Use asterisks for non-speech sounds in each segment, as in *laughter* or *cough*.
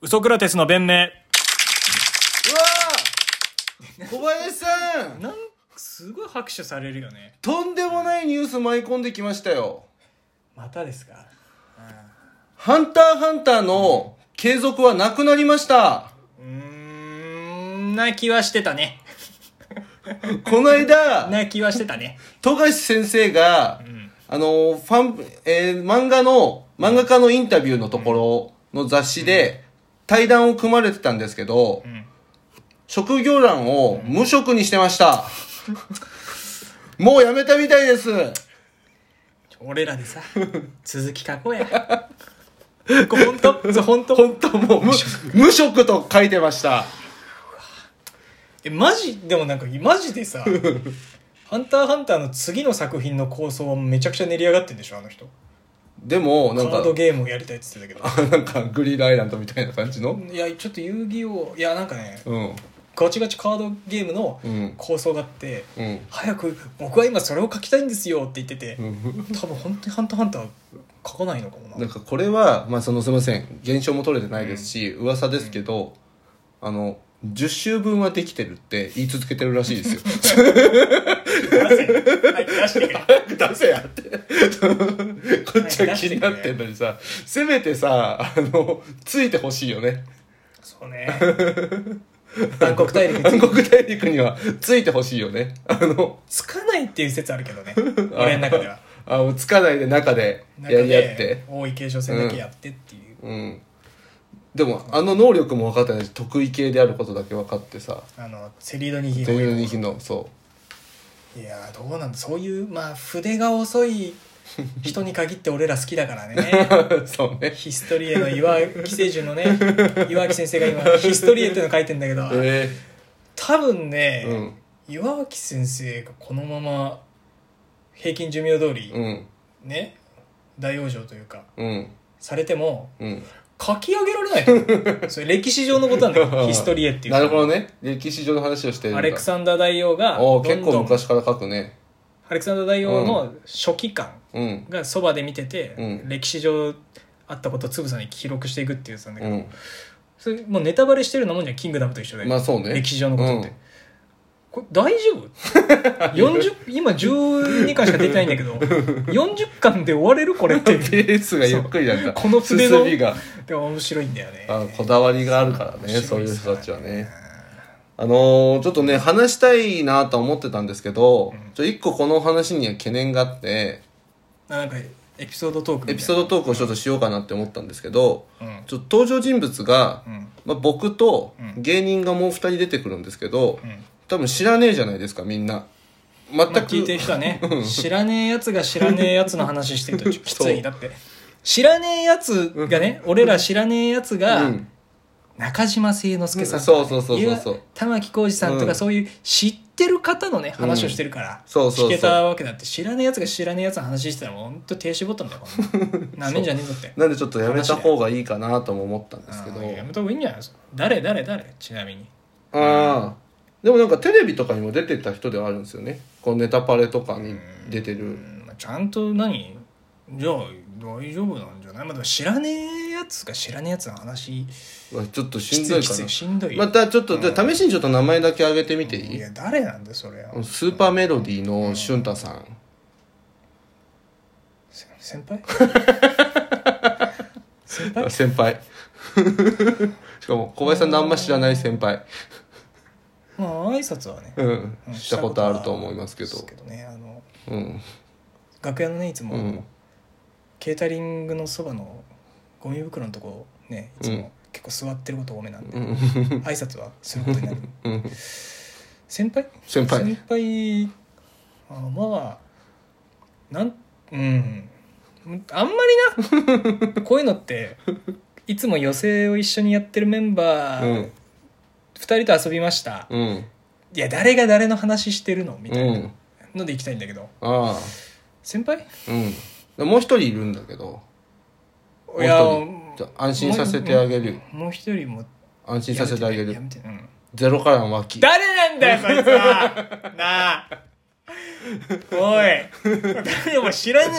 ウソクラテスの弁明。わー小林さんなん、すごい拍手されるよね。とんでもないニュース舞い込んできましたよまたですか「ハンターハンター」の継続はなくなりましたうーん、な気はしてたね。この間な気はしてたね。富樫先生が、あの、ファン、えー漫画の、漫画家のインタビューのところの雑誌で、対談を組まれてたんですけど、ん職業欄を無職にしてました。もうやめたみたいです。俺らで *laughs* さ、続き書こうや。これ本当そう本当本当もう無、無職と書いてました。え、マジ、でもなんか、マジでさ、ハンターハンターの次の作品の構想はめちゃくちゃ練り上がってんでしょ、あの人。でも、カなんードか、ゲームをやりたいって言ってた *laughs* なんかグリーンアイランドみたいな感じのけど。いや、ちょっと遊戯王、いや、なんかね、うん。ガチガチカードゲームのうん。構想があって、うん。早く僕は今それを書きたいんですよって言ってて、うん多分本当に「ハンターハンター」書かないのかもななんかこれは、まあ、そのすみません現象も取れてないですし、噂ですけど、あの10週分はできてるって言い続けてるらし *laughs* いですよはい出してくれ出せや *laughs* ってこっちは気になってんのにさ、せめてさあのついてほしいよねそうね暗黒大陸に暗黒大陸にはついてほしいよねあのつかないっていう説あるけどね俺の中ではあのつかないで中でやり合っ中て、で大井継承戦だけやってっていう、うんでもあの能力も分かってないし得意系であることだけ分かってさあのセリードニヒ全員の日のそういやーどうなんだそういうまあ筆が遅い人に限って俺ら好きだからね *laughs* そう *laughs* ね。ヒストリエの岩木聖樹のね岩木先生が今ヒストリエっていうの書いてんだけどえ多分ね、えうん。岩脇先生がこのまま平均寿命通り、うん。ね大往生というかうん。されてもうん。書き上げられないと思う *laughs* それ歴史上のことなんだよヒストリエっていうなるほどね。歴史上の話をしてるんだアレクサンダー大王がどおおんどん結構昔から書くね。アレクサンダー大王の初期感うん。がそばで見てて、うん歴史上あったことをつぶさに記録していくっていうやつなんだけうど、ん。それもうネタバレしてるようなもんじゃんキングダムと一緒で、まあそうね。歴史上のことって、これ大丈夫 *laughs* 40今12巻しか出てないんだけど40巻で終われるこれっうてん。 *laughs* ペースがゆっくりなんだ。この筆の進みが、でも面白いんだよねあこだわりがあるからね、そういう人たちはね。あのーちょっとね、話したいなと思ってたんですけど、ちょ一個この話には懸念があって、なんかエピソードトークみたいエなピソードトークをちょっとしようかなって思ったんですけど、うんちょっと登場人物が、うんまあ、僕とうん芸人がもう2人出てくるんですけど、うん多分知らねえじゃないですかみんな全く、まあ、聞いてる人はね知らねえやつが知らねえやつの話してるときそつういだって知らねえやつがね俺ら知らねえやつが、うん中島誠之助さんうんそうそうそうそうそういわ玉置浩二さんとうかんそういう知ってる方のね、話をしてるからそうそうそう聞けたわけだって知らねえやつが知らねえやつの話してたらもうほんと手絞ったんだ *laughs* からなめんじゃねえぞってなんでちょっとやめた方がいいかなとも思ったんですけどあーやめた方がいいんじゃないですか誰誰誰ちなみにああでもなんかテレビとかにも出てた人ではあるんですよねこのネタパレとかに出てうるんまあちゃんと何じゃあ大丈夫なんじゃないまあでも知らねえやつが知らねえやつの話うわちょっとしきんつどいいきかついしんどいよなまたちょっと、じゃあ試しにちょっと名前だけ挙げてみていいいや誰なんだそれはスーパーメロディーの俊太さんせ先輩先輩あ先輩 *laughs* しかも小林さんのあんま知らない先輩まあ挨拶はねうんうんしたことあると思いますけどしたことはあるんですけどねあのうん楽屋のねいつも、うんケータリングのそばのゴミ袋のとこねいつも、うん結構座ってること多めなんで、うん挨拶はすることになるうん先輩 *laughs* 先輩先輩あまあなんうんあんまり *laughs* なこういうのっていつも寄席を一緒にやってるメンバうー、ん二人と遊びました、うんいや誰が誰の話してるのみうたいなんので行きたいんだけどああ先輩うんもう一人いるんだけどもういや一人ちょ安心させてあげるよもう一人も安心させてあげやるめてねやめてねうんゼロからの脇誰なんだよそいつはなあおい誰も知らね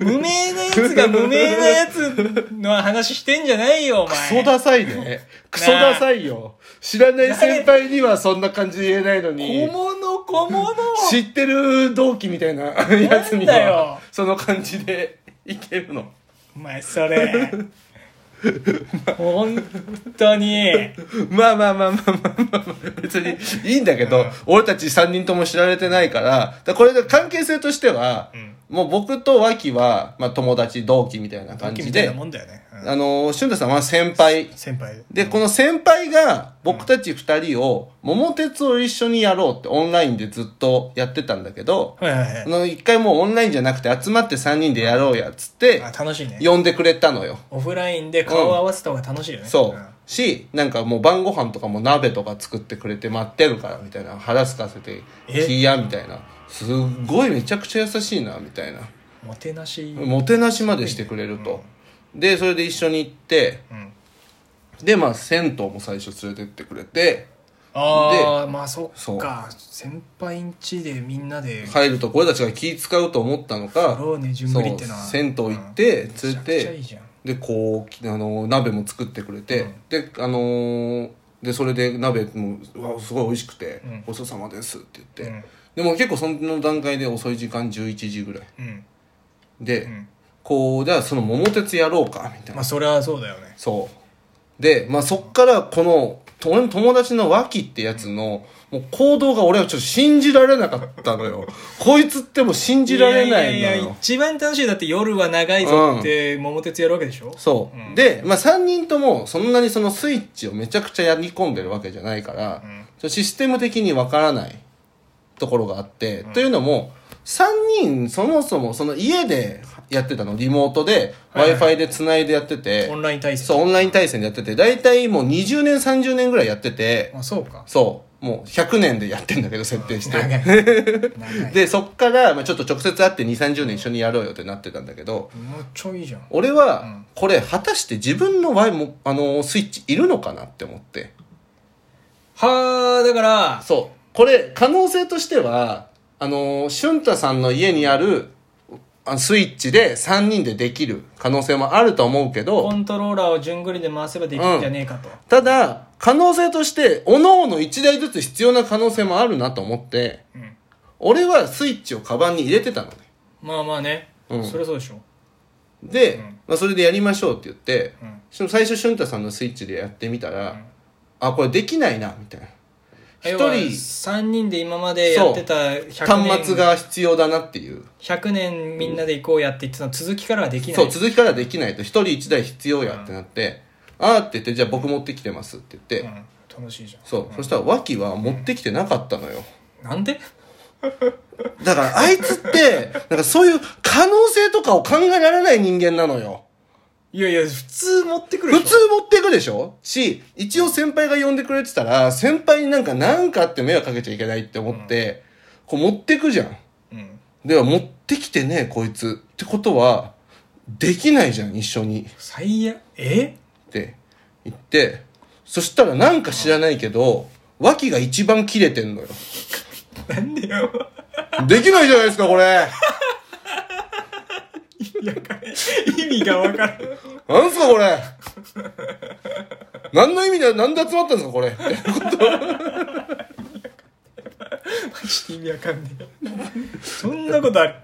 え無名なやつが無名なやつの話してんじゃないよおク前ソダサいね。クソダサいよ。知らない先輩にはそんな感じで言えないのに小、物小物 *laughs* 知ってる同期みた *laughs* いなやつになんだはよ、その感じで *laughs* いけるの。 *laughs* お前それ本当にまあまあまあまあまあまあまあ、別にいいんだけど、俺たち3人とも知られてないから、だからこれで関係性としては、もう僕と脇は、まあ友達、同期みたいな感同期じみたいなで、もんだよね、うんあの、俊太さんは先輩。先輩で、この先輩が僕たち二人を、桃鉄を一緒にやろうってオンラインでずっとやってたんだけど、はいはいあの、一回もうオンラインじゃなくて集まって三人でやろうやっつってはいあ、楽しいね呼んでくれたのよ。オフラインで顔を合わせた方が楽しいよね、そうう。し、なんかもう晩ご飯とかも鍋とか作ってくれて待ってるからみたいな。腹すかせて、えいや、みたいな。すっごいめちゃくちゃ優しいな、みたいな。んもてなし、もてなしまでしてくれると。で、それで一緒に行って、うんで、まあ銭湯も最初連れてってくれて、ああまあそそっうか先輩ん家でみんなで入ると俺たちが気使うと思ったのだろか、うね順そ繰うりってのは銭湯行って、連れめちゃくちゃいいて、じゃんで、こう、あの、鍋も作ってくれて、で、あのーで、それで鍋も、うわ、すごい美味しくて、うんごちそうさまですって言って、うんでも結構その段階で遅い時間11時ぐらい。うんで、うんこう、じゃあその桃鉄やろうか、みたまいな。あそれはそうだよねそう。で、まあそっからこの、と俺の友達の脇ってやつの、もう行動が俺はちょっと信じられなかったの *laughs* よ。こいつってもう信じられないのよ。ややや一番楽しいだって夜は長いぞって桃鉄やるわけでしょそう、うんで、まあ、3人ともそんなにそのスイッチをめちゃくちゃやり込んでるわけじゃないから、んちょシステム的にわからないところがあって、というのも3人そもそもその家でやってたのリモートで w はい i はい f i でつないでやってて、オンライン対戦そうオンライン対戦でやってて大体もう20年30年ぐらいやってて、あそうかそうもう100年でやってんだけど設定して、 *laughs* 長い長いでそっから、まあ、ちょっと直接会って2 3 0年一緒にやろうよってなってたんだけど、もうちょいいじゃん俺は、これ、果たして自分の Y も、あのースイッチいるのかなって思って。はあだからそう。これ、可能性としては、あのー、俊太さんの家にある、あスイッチで3人でできる可能性もあると思うけどコ、ントローラーを順繰りで回せばできるんじゃねえかと、ただ、可能性として、各々1台ずつ必要な可能性もあるなと思って、うん俺はスイッチをカバンに入れてたのね。まあまあね、うんそりゃそうでしょで、んまあ、それでやりましょうって言って、うんし最初俊太さんのスイッチでやってみたら、あこれできないなみたいな一要は人3人で今までやってた100年端末が必要だなっていう100年みんなで行こうやって言ってたの続きからはできないそう続きからできないと一人一台必要やってなって、ああって言ってじゃあ僕持ってきてますって言って、うん楽しいじゃそう、そしたら脇は持ってきてなかったのよんなんでだからあいつ *laughs* ってなんかそういう可能性とかを考えられない人間なのよいやいや普通持ってくる普でしょ通持ってくでしょし、一応先輩が呼んでくれてたら、先輩になんかなんかあって迷惑かけちゃいけないって思って、こう持ってくじゃん。うんでは持ってきてね、こいつ。ってことは、できないじゃん、一緒に。最悪えって言って、そしたらなんか知らないけど、脇が一番切れてんのよ。なんでよできないじゃないですか、これ。意味が分からんなんすか、これ。何の意味で、なんで集まったんですか、これ。ってマジで意味わかんねえそんなことある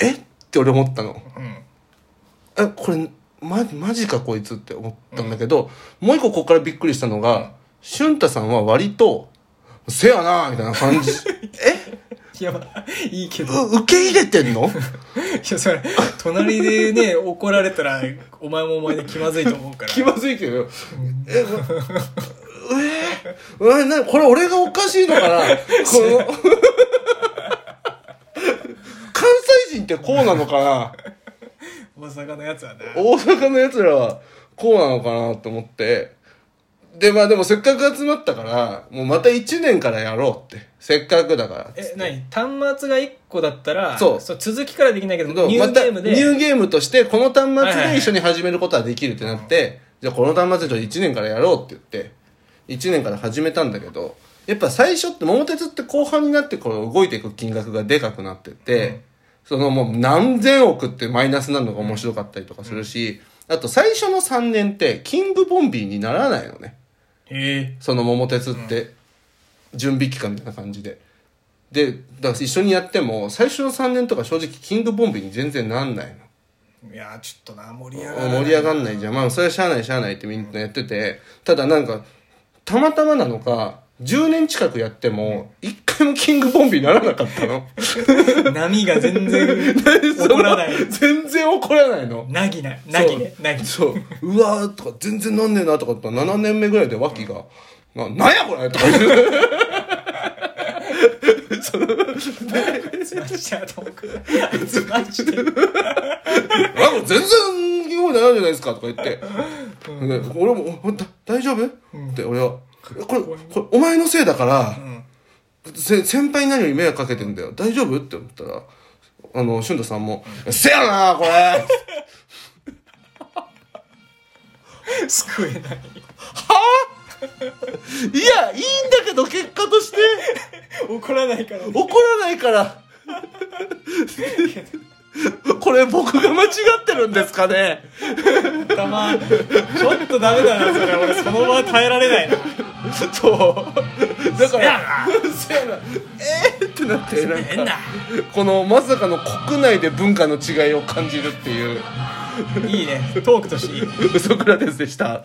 えって俺思ったの。うんえこれママジかこいつって思ったんだけど、もう一個ここからびっくりしたのが俊太さんは割と「せやな」みたいな感じ *laughs* えいやまあいいけどいう受け入れてんのやそれ隣でね怒られたらお前もお前で気まずいと思うから *laughs* 気まずいけどえこえー、えなこれ俺がおかしいのかなこ *laughs* の関西人ってこうなのかな大阪のやつはな大阪のやつらはこうなのかなと思ってでまあでもせっかく集まったからもうまた1年からやろうってせっかくだからっつってえ何端末が1個だったらそう続きからできないけどどうニュまーたゲームでニューゲームとしてこの端はいはい末はでい一緒に始めることはできるってなって、じゃあこの端末で1年からやろうって言って1年から始めたんだけどやっぱ最初って桃鉄って後半になってこう動いていく金額がでかくなってって、うんそのもう何千億ってマイナスなのが面白かったりとかするし、あと最初の3年ってキングボンビーにならないのねえその桃鉄って準備期間みたいな感じで。で、だから一緒にやっても最初の3年とか正直キングボンビーに全然なんないの。えいやーちょっとな盛り上が盛り上がんないじゃん。まあ、それはしゃあないしゃあないってみんなやってて、ただなんか、たまたまなのか、10年近くやっても、一回もキングボンビーにならなかったの。 *laughs* 波が全然起こらない全然怒らないの。なぎななぎねそうなぎそう。うわーとか、全然なんねえなとかって、7年目ぐらいでワキが、な、なんやこれとか言う。スマッシャートークスマッシュなんか全然キングボンビーにならんじゃないですかとか言って。で俺も、おだ大丈夫、って俺は、これ、これお前のせいだから、んせ先輩に何より迷惑かけてんだよ。大丈夫って思ったら、あの、俊太さんも、せやなこれ救えないいや、いいんだけど結果として、怒らないからね怒らないから。これ僕が間違ってるんですかねたまちょっとダメだなそれ俺その場は耐えられないなそう。だから、せやなえー、ってなって、なんか変だこのまさかの国内で文化の違いを感じるっていういいねトークとしていいウソクラテスでした。